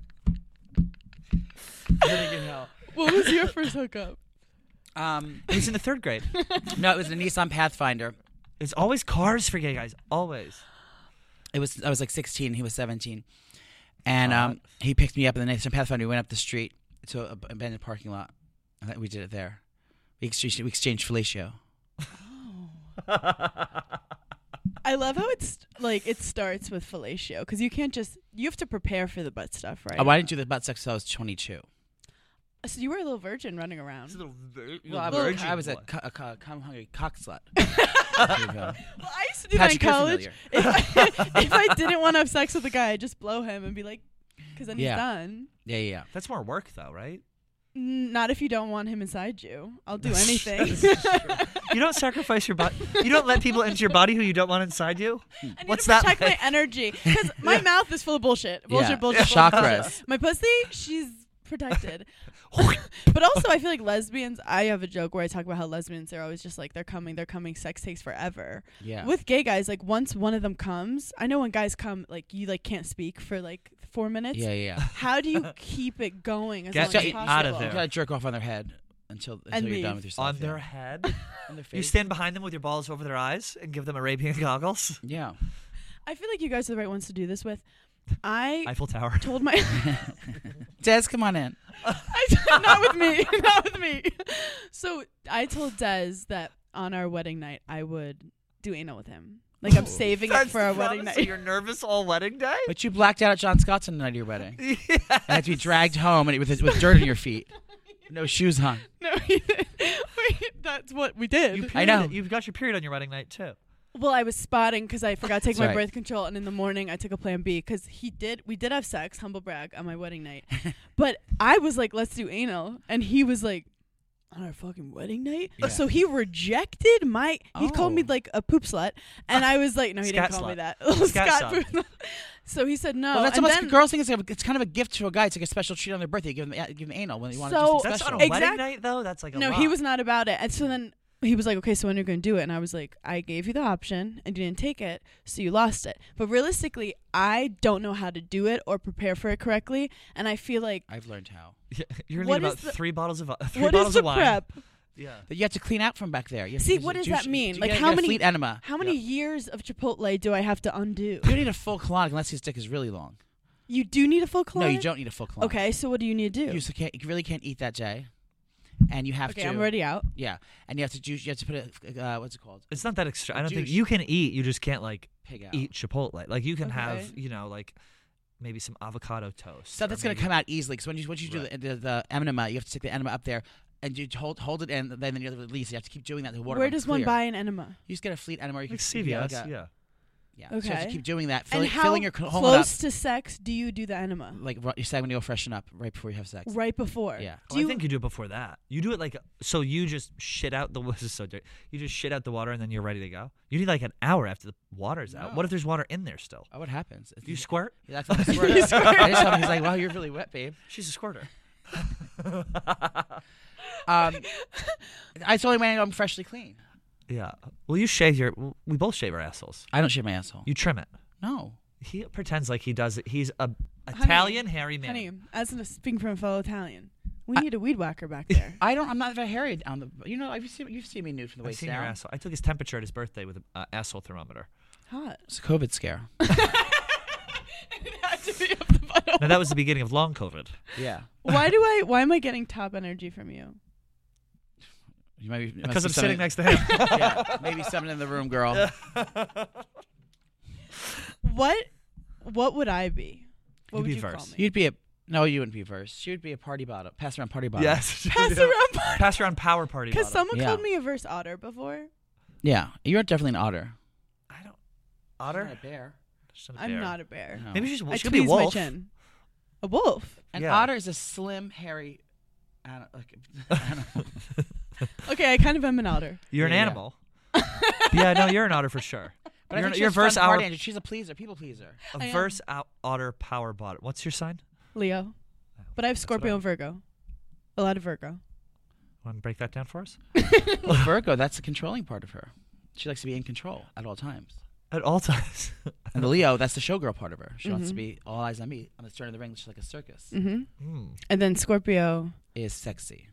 Living in hell. What was your first hookup? Um, It was in the third grade. no, it was a Nissan Pathfinder. It's always cars for gay guys. Always. It was I was like 16. He was 17, and um, he picked me up in the Nissan Pathfinder. We went up the street to an abandoned parking lot. I think we did it there. We exchanged, we exchanged fellatio. I love how it's like it starts with fellatio Uh, because you can't just you have to prepare for the butt stuff, right? Oh, I didn't do the butt sex until I was 22. So you were a little virgin running around. It's a little, vir- Well, I, little was- virgin I was a, boy. co- a, co- come hungry cock slut. There you go. Well, I used to do Patrick, that in you're college. familiar. If I, if I didn't want to have sex with a guy, I'd just blow him and be like, because then Yeah. he's done. Yeah, yeah, That's more work though, right? N- Not if you don't want him inside you. I'll do anything. You don't sacrifice your body. You don't let people into your body who you don't want inside you. I need What's to that protect like? my energy because my mouth is full of bullshit. Bullshit, Yeah. bullshit, Yeah. bullshit, Chakras. bullshit. My pussy, she's protected. but also, I feel like lesbians. I have a joke where I talk about how lesbians they're always just like they're coming, they're coming. Sex takes forever. yeah. With gay guys, like once one of them comes, I know when guys come, like you like can't speak for like four minutes. yeah, yeah. How do you keep it going as Get long as it possible? out of You there. gotta jerk off on their head until, until And you're leave. done with yourself. On yeah. their head, on their face. you stand behind them with your balls over their eyes and give them Arabian goggles. Yeah. I feel like you guys are the right ones to do this with. I Eiffel Tower. told my Des, come on in. I, not with me, not with me. So I told Dez that on our wedding night I would do anal with him. Like I'm saving it That's for our the wedding promise? So night. you're nervous all wedding day. But you blacked out at John Scott's on the night of your wedding. Yeah. And had to be dragged home and with, with dirt on your feet. No shoes on. No, we didn't. Wait, that's what we You did. period, I know. You've got your period on your wedding night too. Well, I was spotting because I forgot to take That's my right. birth control, and in the morning I took a Plan B because he did. We did have sex, humble brag, on my wedding night. but I was like, "Let's do anal," and he was like, "On our fucking wedding night." Yeah. So he rejected my. He called me Oh. like a poop slut, and I was like, "No, he Scat didn't call me slut. that." Scat Scat slut. poop. so he said no. well, that's and almost then, like a girl's thing. It's, like a- it's kind of a gift to a guy. It's like a special treat on their birthday. You give them, yeah, give them anal when you want So- to That's on a Oh, Exact- wedding night though. That's like a no, lot. he was not about it. And so then he was like, okay, so when are you going to do it? And I was like, I gave you the option and you didn't take it, so you lost it. But realistically, I don't know how to do it or prepare for it correctly. And I feel like, I've learned how. Yeah, You're gonna What need about is the- three bottles of uh, three what bottles is the of wine. prep? Yeah. But you have to clean out from back there. You have to See, use a what does douche- that mean? you Like, gotta how get a many- fleet enema? How many Yeah. years of Chipotle do I have to undo? You don't need a full colonic unless his dick is really long. You do need a full colon? No, you don't need a full colonic. Okay, so what do you need to do? You, so can't, you really can't eat that, Jay. And you have okay, to. I'm already out. Yeah, and you have to juice. You have to put a uh, what's it called? It's not that extra. I don't think Douche. you can eat. You just can't like Pig out. eat Chipotle. Like you can have Okay. you know like maybe some avocado toast. So that's gonna come out easily because when you once you do Right. the, the the enema, you have to stick the enema up there and you hold hold it in, then the other release. You have to keep doing that. The water Where won't does one clear. buy an enema? You just get a fleet enema. or You Like can, you CVS. can, like, a- yeah. yeah. So you have to Okay. keep doing that, filling, and how filling your co- colon up, close to sex do you do the enema? like ru- you say when you go freshen up right before you have sex. Right before. Yeah. Do Oh, you, I think you do it before that. You do it like so. You just shit out the. This is so dirty. You just shit out the water and then you're ready to go. You need like an hour after the water's out. No. What if there's water in there still? Oh, what happens? If Do you squirt? Yeah, that's how I swear. You squirt. I just saw him, he's like, "Wow, you're really wet, babe." She's a squirter. Um, I totally went. I'm freshly clean. Yeah. Well, you shave your. We both shave our assholes. I don't shave my asshole. You trim it. no. He pretends like he does it. He's a Italian hairy man. Honey, as an, speaking from a fellow Italian, we need a weed whacker back there. I don't. I'm not very hairy down the. You know, you've seen you've seen me nude from the I've waist seen down. your asshole. I took his temperature at his birthday with an uh, asshole thermometer. Hot. It's a COVID scare. Now that was the beginning of long COVID. yeah. why do I? Why am I getting top energy from you? You might be, Because I'm sitting next to him. yeah, maybe someone in the room, girl. What? What would I be? What You'd would be you call verse. me? You'd be a no, you wouldn't be verse. She would be a party bottom, pass around party bottom. yes. Pass around Pass around power party. because bottle. someone Yeah. called me a verse otter before. Yeah, you're definitely an otter. I don't. Otter. Not a bear. I'm not a bear. No. Maybe she's. I She could be tweezed wolf. my chin. A wolf. An Yeah. otter is a slim, hairy. I don't, like, animal. Okay, I kind of am an otter. You're Yeah, an yeah. animal. yeah, no, you're an otter for sure. But I you're think an- she you're has fun verse hour- party energy. She's a pleaser, people pleaser. A I am. verse out, otter power bottom. What's your sign? Leo, but I have That's what Scorpio I- and Virgo. A lot of Virgo. Want to break that down for us? Well, Virgo, that's the controlling part of her. She likes to be in control at all times. At all times. And the Leo, that's the showgirl part of her. She wants to Mhm. be all eyes on me. On the stern of the ring, she's like a circus. hmm Hmm. And then Scorpio. Is sexy.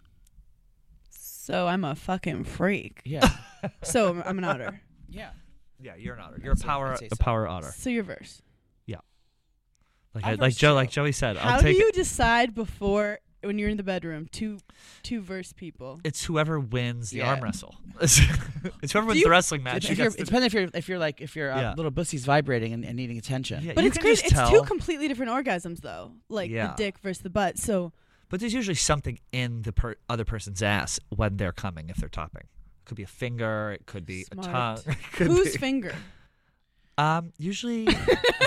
So I'm a fucking freak. Yeah. So I'm- I'm an otter. yeah. Yeah, you're an otter. You're a say- power, I'd say a so. power otter. So you're verse. Like, I'm I, like verse Joe, too. like Joey said, How I'll take. do you decide before when you're in the bedroom two two verse people? It's whoever wins the Yeah. arm wrestle. it's whoever wins you- the wrestling If, match. who if you're, gets it the- depends if you're if you're like if your uh, Yeah. little pussy's vibrating and, and needing attention. Yeah, But you it's can just crazy. It's two tell. completely different orgasms though. Like Yeah. the dick versus the butt. So But there's usually something in the per- other person's ass when they're coming if they're topping. It could be a finger. It could be a tongue. Smart. It could Whose be- finger? um, usually A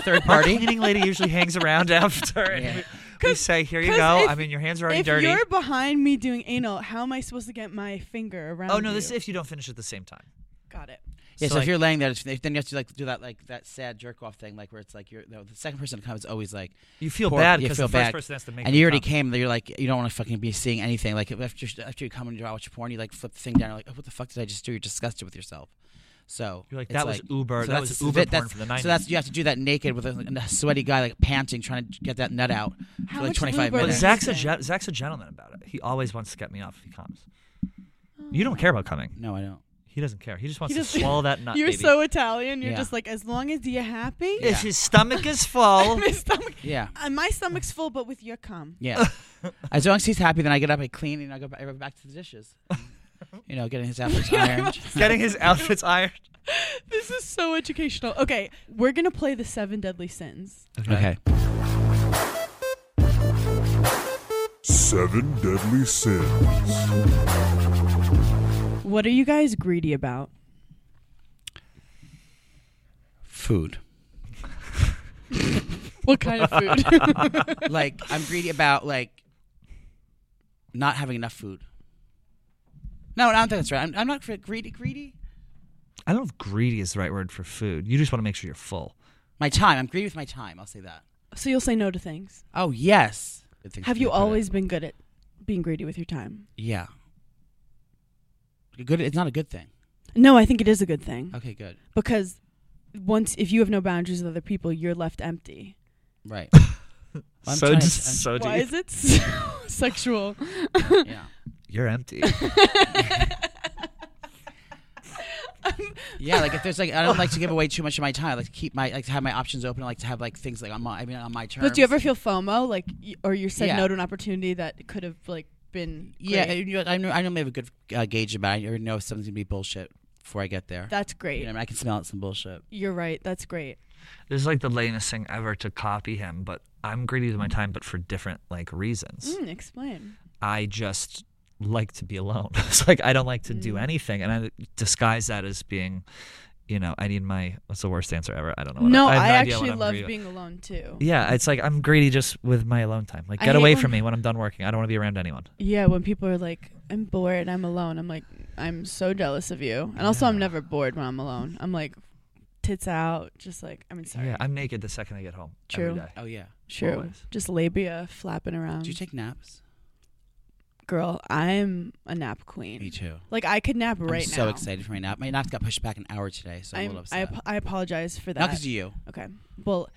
third our party. cleaning lady usually hangs around after. and Yeah. we- We say, "Here you 'cause go." if- I mean, your hands are already If dirty. you're behind me doing anal, how am I supposed to get my finger around? Oh no, this you? is if you don't finish at the same time. got it. Yeah, so, like- if you're laying there, it's- then you have to like do that like that sad jerk off thing, like where it's like you're the the second person to come is always like, You feel Poor- bad you because feel the bad. first person has to make. and the you already comment. came. You're like, you don't want to fucking be seeing anything. Like after after you come and you watch porn, you like flip the thing down. You're like, oh, what the fuck did I just do? You're disgusted with yourself. So You're like, it's "That was Uber. so that that's was a- Uber that- porn that's- from the '90s." So that's you have to do that naked with a, a sweaty guy like panting, trying to get that nut out. How like much 25 lube are But they minutes. Zach's a using? gen- Zach's a gentleman about it. He always wants to get me off if he comes. You don't care about coming. No, I don't. He doesn't care. He just wants He to doesn't- swallow that nut. You're baby. so Italian. You're Yeah. just like, as long as you're happy. If his stomach is full, my stomach, Yeah. uh, my stomach's full, but with your cum. Yeah. as long as he's happy, then I get up, I clean, and I go back, I go back to the dishes. you know, getting his outfits ironed. getting his outfits ironed. This is so educational. Okay, we're gonna play the seven deadly sins. Okay. Seven deadly sins. What are you guys greedy about? Food. What kind of food? like I'm greedy about like not having enough food. No, I don't think that's right. I'm, I'm not gre- greedy. Greedy. I don't know if greedy is the right word for food. You just want to make sure you're full. My time. I'm greedy with my time. I'll say that. so you'll say no to things. Oh yes. Good things Have to you do, but- always been good at being greedy with your time? Yeah. Good. It's not a good thing. No, I think it is a good thing Uh, Okay. Good. because once if you have no boundaries with other people, you're left empty. Right. I'm so trying to- just- so Why deep. is it so sexual? yeah. You're empty. Yeah. Like if there's like I don't like to give away too much of my time. I like to keep my like to have my options open. I like to have like things like on my I mean on my terms. But do you ever feel FOMO, like, y- or you said Yeah. no to an opportunity that could have like been? Yeah. great? You know, I know. I normally have a good uh, gauge about. It. I already know if something's gonna be bullshit before I get there. that's great. You know, I, mean, I can smell it some bullshit. You're right. That's great. this is like the lamest thing ever to copy him, but I'm greedy with my time, but for different like reasons. Mm, explain. I just like to be alone. it's like I don't like to Mm. do anything, and I disguise that as being, you know, I need my. What's the worst answer ever? I don't know. what No, I, I, have no idea actually what I'm love greedy about. being alone too. Yeah, it's like I'm greedy just with my alone time. Like, I get hate away when- from me when I'm done working. I don't want to be around anyone. Yeah, when people are like, "I'm bored, I'm alone," I'm like, "I'm so jealous of you." And also, I'm Yeah. never bored when I'm alone. I'm like, tits out, just like I mean, sorry, Yeah, I'm naked the second I get home. True. Every day. Oh yeah. true, always. just labia flapping around. Do you take naps? Girl, I'm a nap Me queen. too. Like I could nap right I'm so now. excited for my nap. My naps got pushed back an hour today, so I'm, a I'm, little I, upset. ap- I apologize for Not that. because of you. okay, well,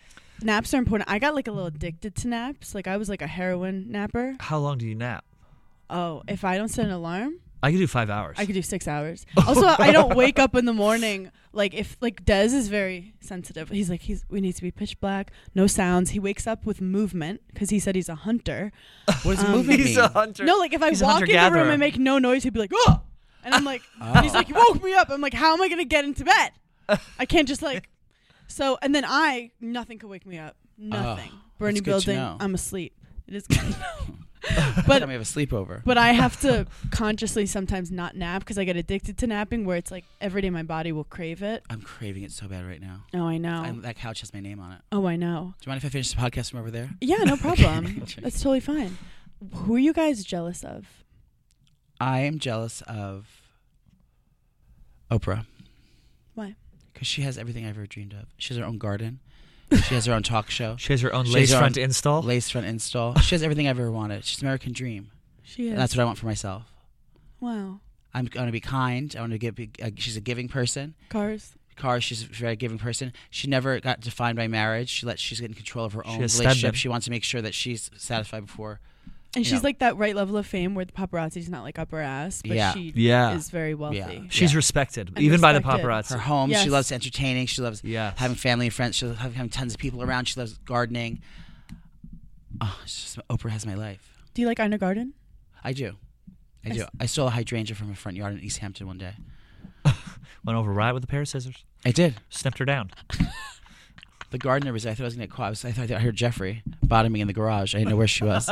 naps are important. I got like a little addicted to naps. Like I was like a heroin napper. How long do you nap? Oh, if I don't set an alarm, I could do five hours. I could do six hours. Also, I don't wake up in the morning. Like if like Dez is very sensitive. He's like he's we need to be pitch black, no sounds. He wakes up with movement because he said he's a hunter. What does Um, movement He's mean? a hunter. No, like if I He's a walk in the room hunter-gatherer. and make no noise, he'd be like, oh, and I'm like, and he's Oh. like, you woke me up. I'm like, how am I gonna get into bed? I can't just like. So and then I nothing could wake me up. Nothing. Bernie Ah, good to building. know. I'm asleep. It is good. to know. but but- we have a sleepover. But I have to consciously sometimes not nap because I get addicted to napping, where it's like every day my body will crave it. I'm craving it so bad right now. Oh, I know. i that couch has my name on it. oh, I know. Do you mind if I finish the podcast from over there? Yeah, no problem. Okay. That's totally fine. Who are you guys jealous of? I am jealous of Oprah Why? because she has everything I've ever dreamed of. She has her own garden. She has her own talk show. She has her own She lace has her front own- install. Lace front install. She has everything I've ever wanted. She's American Dream. She is. And that's what I want for myself. wow. I'm going to be kind. I want to give. be- Uh, she's a giving person. Cars. Car, she's a very giving person. She never got defined by marriage. She lets she's in control of her She own has relationship. stamina. She wants to make sure that she's satisfied before. And Yeah. she's like that right level of fame where the paparazzi's not like up her ass, but Yeah. she Yeah. is very wealthy. Yeah. She's respected, And even by the respected. paparazzi. Her home, Yes. she loves entertaining. She loves Yes. having family and friends. She loves having having tons of people around. She loves gardening. Oh, it's just Oprah has my life. Do you like Ina Garden? I do. I I do. s- I stole a hydrangea from a front yard in East Hampton one day. Went over right with a pair of scissors, I did. snipped her down. The gardener was. there. I thought I was gonna get caught. I, was, I thought I heard Jeffrey bottoming in the garage. I didn't know where she was.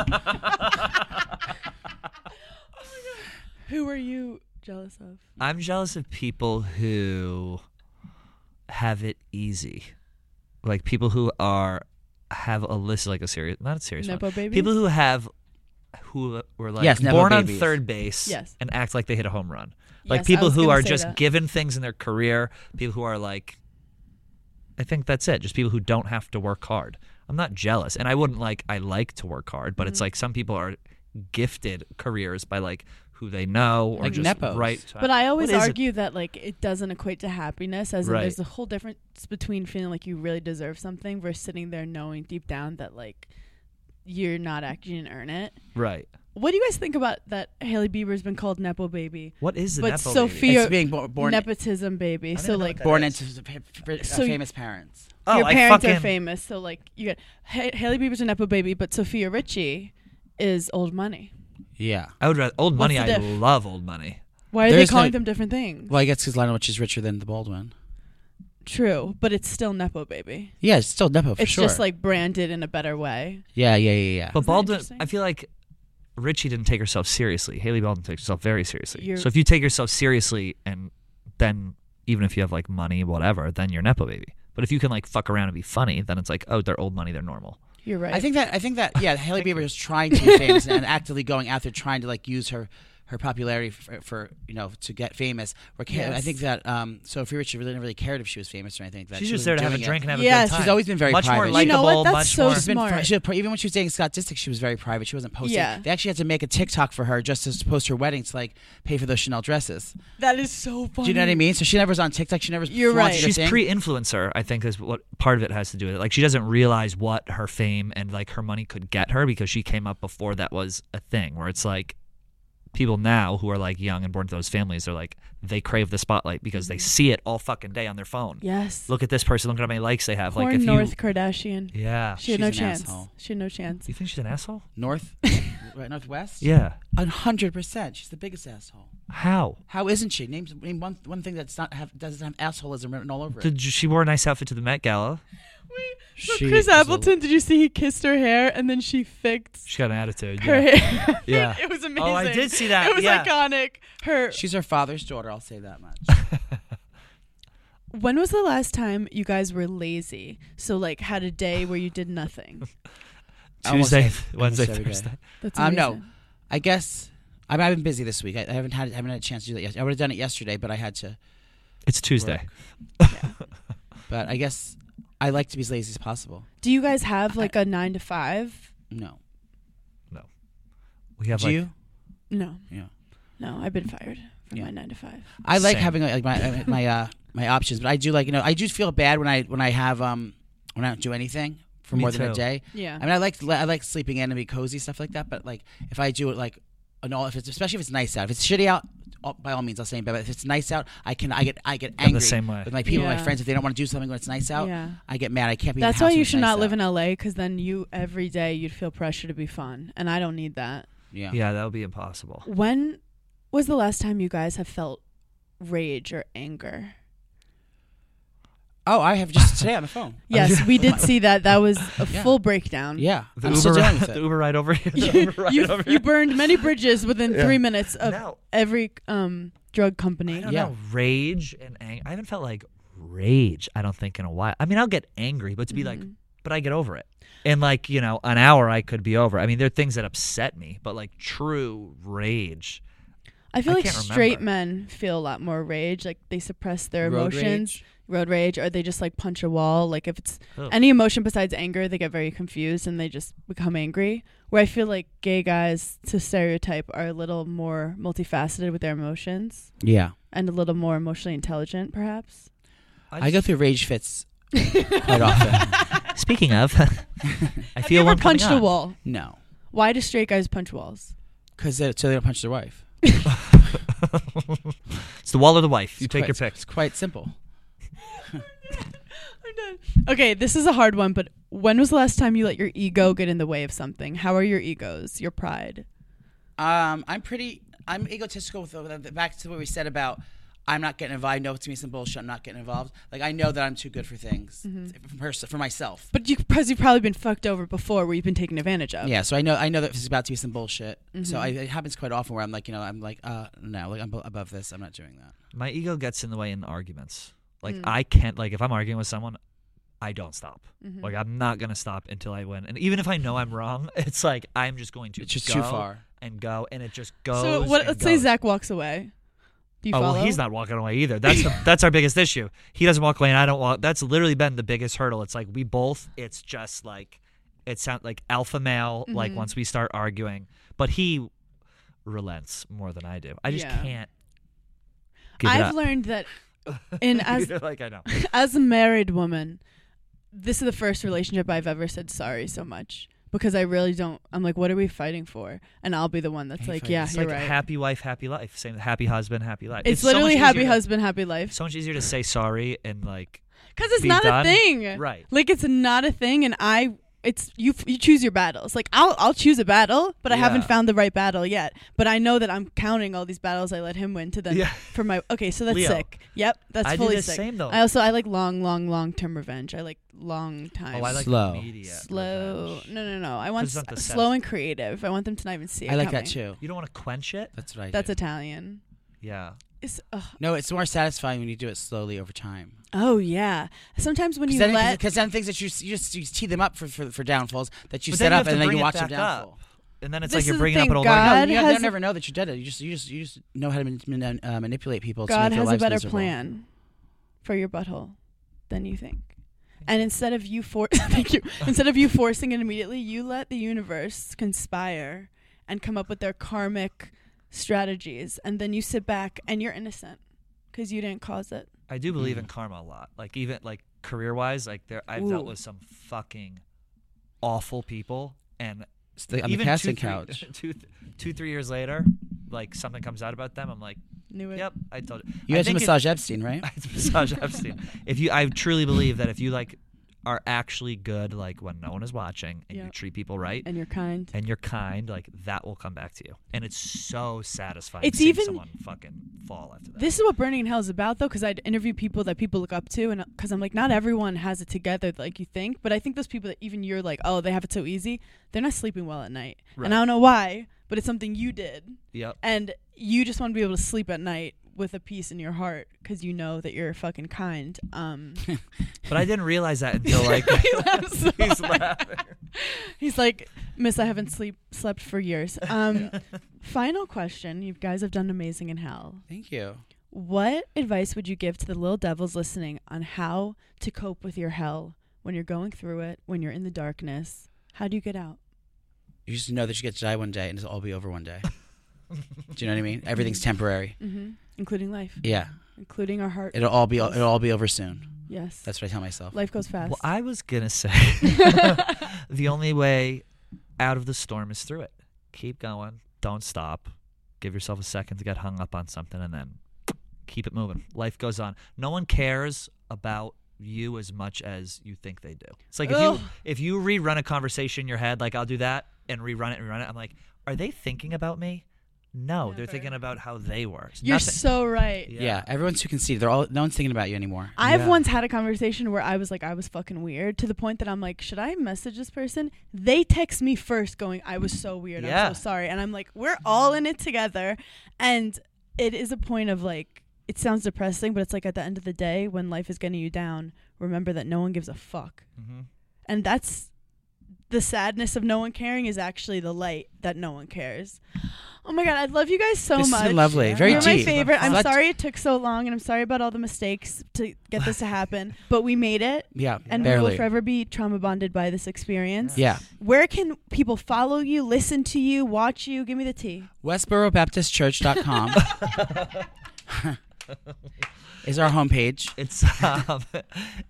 Who are you jealous of? I'm jealous of people who have it easy, like people who are have a list like a serious, not a serious one. Nepo babies? People who have who were like Yes, Nepo born babies. on third base Yes. and act like they hit a home run. Like Yes, I people was who gonna are say just that. given things in their career, people who are like I think that's it. Just people who don't have to work hard. I'm not jealous. And I wouldn't like I like to work hard, but Mm-hmm. it's like some people are gifted careers by like who they know or Like just Nepos. right. But I always What is it? argue that like it doesn't equate to happiness, as Right. in there's a whole difference between feeling like you really deserve something versus sitting there knowing deep down that like you're not actually gonna earn it. right. What do you guys think about that? Haley Bieber's been called nepo baby, What is the but Nepo baby? Sophia It's being bo- born nepotism baby. don't So know like what born That into is- the pa- uh, So- famous parents. Oh, your I parents are fucking- famous, so like you got ha- Haley Bieber's a nepo baby, but Sophia Richie is old money. Yeah. I would rather old money. the I diff? love old money. Why are There's they calling no- them different things? Well, I guess because Lionel Richie is richer than the Baldwin. True, but it's still nepo baby. Yeah, it's still Nepo for it's sure. just like branded in a better way. yeah, yeah, yeah, yeah. But Isn't that Baldwin, interesting? I feel like Richie didn't take herself seriously. Haley Baldwin takes herself very seriously. You're- so if you take yourself seriously, and then even if you have like money, whatever, then you're nepo baby. But if you can like fuck around and be funny, then it's like, oh, they're old money, they're normal. You're right. I think that I think that yeah, Haley Bieber is trying to be famous and actively going out there trying to like use her her popularity for, for you know to get famous. Where Ka- I Yes. think that um, Sophie Richie really didn't really cared if she was famous or anything like that. She's She just was there to have a doing it. drink and have Yes. a good time. She's always been very much more private. likable, You know what? That's much so more. She's been fr- Smart. she was pr- even when she was dating Scott Disick, she was very private. She wasn't posting. Yeah. They actually had to make a TikTok for her just to post her wedding to like pay for those Chanel dresses. that is so funny. Do you know what I mean? So she never was on TikTok. She never. You're flaunted right. her She's thing. pre-influencer, I think, is what part of it has to do with it. Like she doesn't realize what her fame and like her money could get her because she came up before that was a thing. Where it's like people now who are like young and born to those families, they're like they crave the spotlight because they Mm-hmm. see it all fucking day on their phone. Yes. Look at this person. Look at how many likes they have. Poor like if North Kardashian. you, yeah. She had no She's an chance. asshole. She had no chance. Do you think she's an asshole? North, right, Northwest. Yeah. A hundred percent. She's the biggest asshole. How? How isn't she? Name, name one one thing that's not have doesn't have assholeism written all over it. Did you- she wore a nice outfit to the Met Gala? So She Chris is a- Appleton, did you see he kissed her hair and then she fixed She got an attitude. her yeah. hair? Yeah. it was amazing. Oh, I did see that, It was yeah. iconic. Her. She's her father's daughter. I'll say that much. When was the last time you guys were lazy? So like had a day where you did nothing. Almost every- Tuesday, almost Wednesday, every day. Thursday. That's Um, amazing. no, I guess I mean, I've been busy this week. I, I haven't had haven't had a chance to do that yet. I would have done it yesterday, but I had to. It's Tuesday. But I guess I like to be as lazy as possible. Do you guys have like a nine to five? No, We have do like you? No. Yeah. No, I've been fired from Yeah. my nine to five. I like Same. having like my my uh, my options, but I do like you know I do feel bad when I when I have um when I don't do anything for Me more than a too. day. Yeah. I mean, I like I like sleeping in and be cozy stuff like that. But like if I do it like an all if it's especially if it's nice out, if it's shitty out, all, by all means I'll stay in bed. But if it's nice out, I can I get I get I'm angry the same way. with my people, my Yeah. friends if they don't want to do something when it's nice out. Yeah. I get mad. I can't be. That's why you should not live in LA because then you every day you'd feel pressure to be fun, and I don't need that. Yeah. Yeah, that would be impossible. When was the last time you guys have felt rage or anger? Oh, I have just today on the phone. Yes, we did see that. That was a Yeah. full breakdown. Yeah, The I'm Uber, still dealing ride, with the it. Uber ride over here. The You, Uber ride you- over you burned many bridges within Yeah. three minutes of No, every um, drug I company. don't Yeah. know. Rage and anger. I haven't felt like rage. I don't think in a while. I mean, I'll get angry, but to be like, Mm-hmm. Mhm. but I get over it. In like you know an hour, I could be over. I mean, there are things that upset me, but like true rage. I feel I like can't straight remember. men feel a lot more rage. Like they suppress their Road emotions, rage. road rage, or they just like punch a wall. Like if it's Ugh. any emotion besides anger, they get very confused and they just become angry. Where I feel like gay guys, to stereotype, are a little more multifaceted with their emotions Yeah, and a little more emotionally intelligent, perhaps. I go through rage fits quite often. Speaking of, I feel Never one coming punched on. a wall. No, Why do straight guys punch walls? because so they don't punch their wife. it's the wall or the wife. You It's take quite- your pick. It's quite simple. I'm done. Okay, this is a hard one, but when was the last time you let your ego get in the way of something? How are your egos? Your pride? Um, I'm pretty. I'm egotistical with with- back to what we said about. I'm not getting involved. I know it's gonna be some bullshit. I'm not getting involved. Like I know that I'm too good for things Mm-hmm. for, pers- for myself. But you, because you've probably been fucked over before, where you've been taken advantage of. Yeah, so I know I know that this is about to be some bullshit. Mm-hmm. So I, it happens quite often where I'm like, you know, I'm like, uh, no, like I'm bo- above this. I'm not doing that. My ego gets in the way in arguments. Like Hmm. I can't like if I'm arguing with someone, I don't stop. Mm-hmm. Like I'm not gonna stop until I win. And even if I know I'm wrong, it's like I'm just going to It's just go too far. and go, and it just goes. So what, and let's say goes. Zach walks away. Do you Oh follow? well, he's not walking away either. That's the, that's our biggest issue. He doesn't walk away, and I don't walk. That's literally been the biggest hurdle. It's like we both. It's just like it sounds like alpha male. Like Mm-hmm. once we start arguing, but he relents more than I do. I just Yeah. can't. Give it I've up. learned that, in as You're like I know. as a married woman, this is the first relationship I've ever said sorry so much because I really don't. I'm like, what are we fighting for? And I'll be the one that's Hey, like, fighting. yeah, It's you're like right. happy wife, happy life. Same happy husband, happy life. it's, so much literally happy easier to- husband, happy life. So much easier to say sorry and like Because it's be not done. a thing. Right. Like it's not a thing, and I. It's you. You choose your battles. Like I'll, I'll choose a battle, but I haven't Yeah. found the right battle yet. But I know that I'm counting all these battles I let him win to then Yeah. for my. Okay, so that's Leo. sick. Yep, that's I do fully the sick. same, Oh. though. I also I like long, long, long term revenge. I like long time. Oh, I like Slow. immediate slow. revenge. No, no, no. I want It's not the s- sense. slow and creative. I want them to not even see. It I like coming. that too. You don't want to quench it. That's what I. That's do. Italian. Yeah. It's, ugh. no. It's more satisfying when you do it slowly over time. Oh yeah. Sometimes when Because you then, let 'cause then things that you, s- you just you tee them up for, for, for downfalls that you But set then you up have to and then bring you it watch them back downfall. up. And then it's This like you're is the bringing thing, up an old No, God argument. you, has- don't never know that you did it. You just you just you just know how to man- man- uh, manipulate people. to make God their has a lives better miserable. plan for your butthole than you think. And instead of you for thank you instead of you forcing it immediately, you let the universe conspire and come up with their karmic strategies, and then you sit back and you're innocent because you didn't cause it. I do believe in Mm. karma a lot. Like even like career wise, like there I've dealt Ooh. with some fucking awful people, and It's the- on the even casting two, three- couch. two, two, three years later, like something comes out about them. I'm like, Knew it. yep, I told you. You I had to think it- massage Epstein, right? it's massage Epstein. If you, I truly believe that if you like are actually good, like when no one is watching, and you Yep. treat people right, And you're kind. and you're kind, like that will come back to you, and it's so satisfying. It's seeing even- someone fucking fall after that. This is what Burning in Hell is about, though, because I'd interview people that people look up to, and because I'm like, not everyone has it together like you think, but I think those people that even you're like, oh, they have it so easy, they're not sleeping well at night, Right. and I don't know why, but it's something you did, Yep. and you just want to be able to sleep at night with a peace in your heart because you know that you're fucking kind. Um, But I didn't realize that until like he laughs so he's hard. laughing. He's like, Miss, I haven't sleep slept for years. Um, final question: You guys have done amazing in Hell. Thank you. What advice would you give to the little devils listening on how to cope with your hell when you're going through it, when you're in the darkness? How do you get out? You just know that you get to die one day and it'll all be over one day. Do you know what I mean? Everything's temporary. Mm-hmm. Including life, Yeah, including our heart. it'll all be it'll all be over soon. yes. That's what I tell myself. life goes fast. Well, I was gonna say the only way out of the storm is through it. Keep going. Don't stop. Give yourself a second to get hung up on something, and then keep it moving. Life goes on. No one cares about you as much as you think they do. It's like if Ugh. you if you rerun a conversation in your head, like I'll do that and rerun it and rerun it. I'm like, are they thinking about me? No, they're Never. thinking about how they were. It's you're nothing- so right. yeah. everyone's too conceited. They're all no one's thinking about you anymore. I've Yeah. once had a conversation where I was like, I was fucking weird to the point that I'm like, should I message this person? They text me first going, I was so weird. Yeah. I'm so sorry. And I'm like, we're all in it together. And it is a point of like, it sounds depressing, but it's like at the end of the day, when life is getting you down, remember that no one gives a fuck. Mhm. And that's the sadness of no one caring is actually the light that no one cares. Oh my God, I love you guys so this much. has been lovely. Yeah. Very You're my deep. favorite. I'm Such- sorry it took so long, and I'm sorry about all the mistakes to get this to happen. But we made it, Yeah, and we will barely. forever be trauma bonded by this experience. Yeah. Where can people follow you, listen to you, watch you? Give me the tea. WestboroBaptistChurch.com is our homepage. It's um,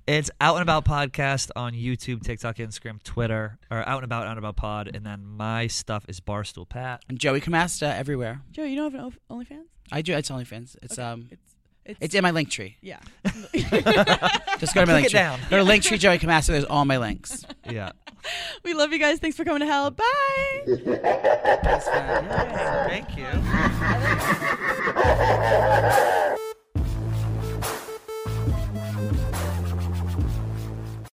it's Out and About podcast on YouTube, TikTok, Instagram, Twitter, or Out and About Out and About Pod, and then my stuff is Barstool Pat. I'm Joey Camasta everywhere. Joe, you don't have an O- OnlyFans? I do. It's OnlyFans. It's Okay, um, it's it's, it's in my link tree. yeah. Just go to my Click link it tree. down. Go to link tree Joey Camasta. There's all my links. Yeah. we love you guys. Thanks for coming to hell. Bye. Thank you.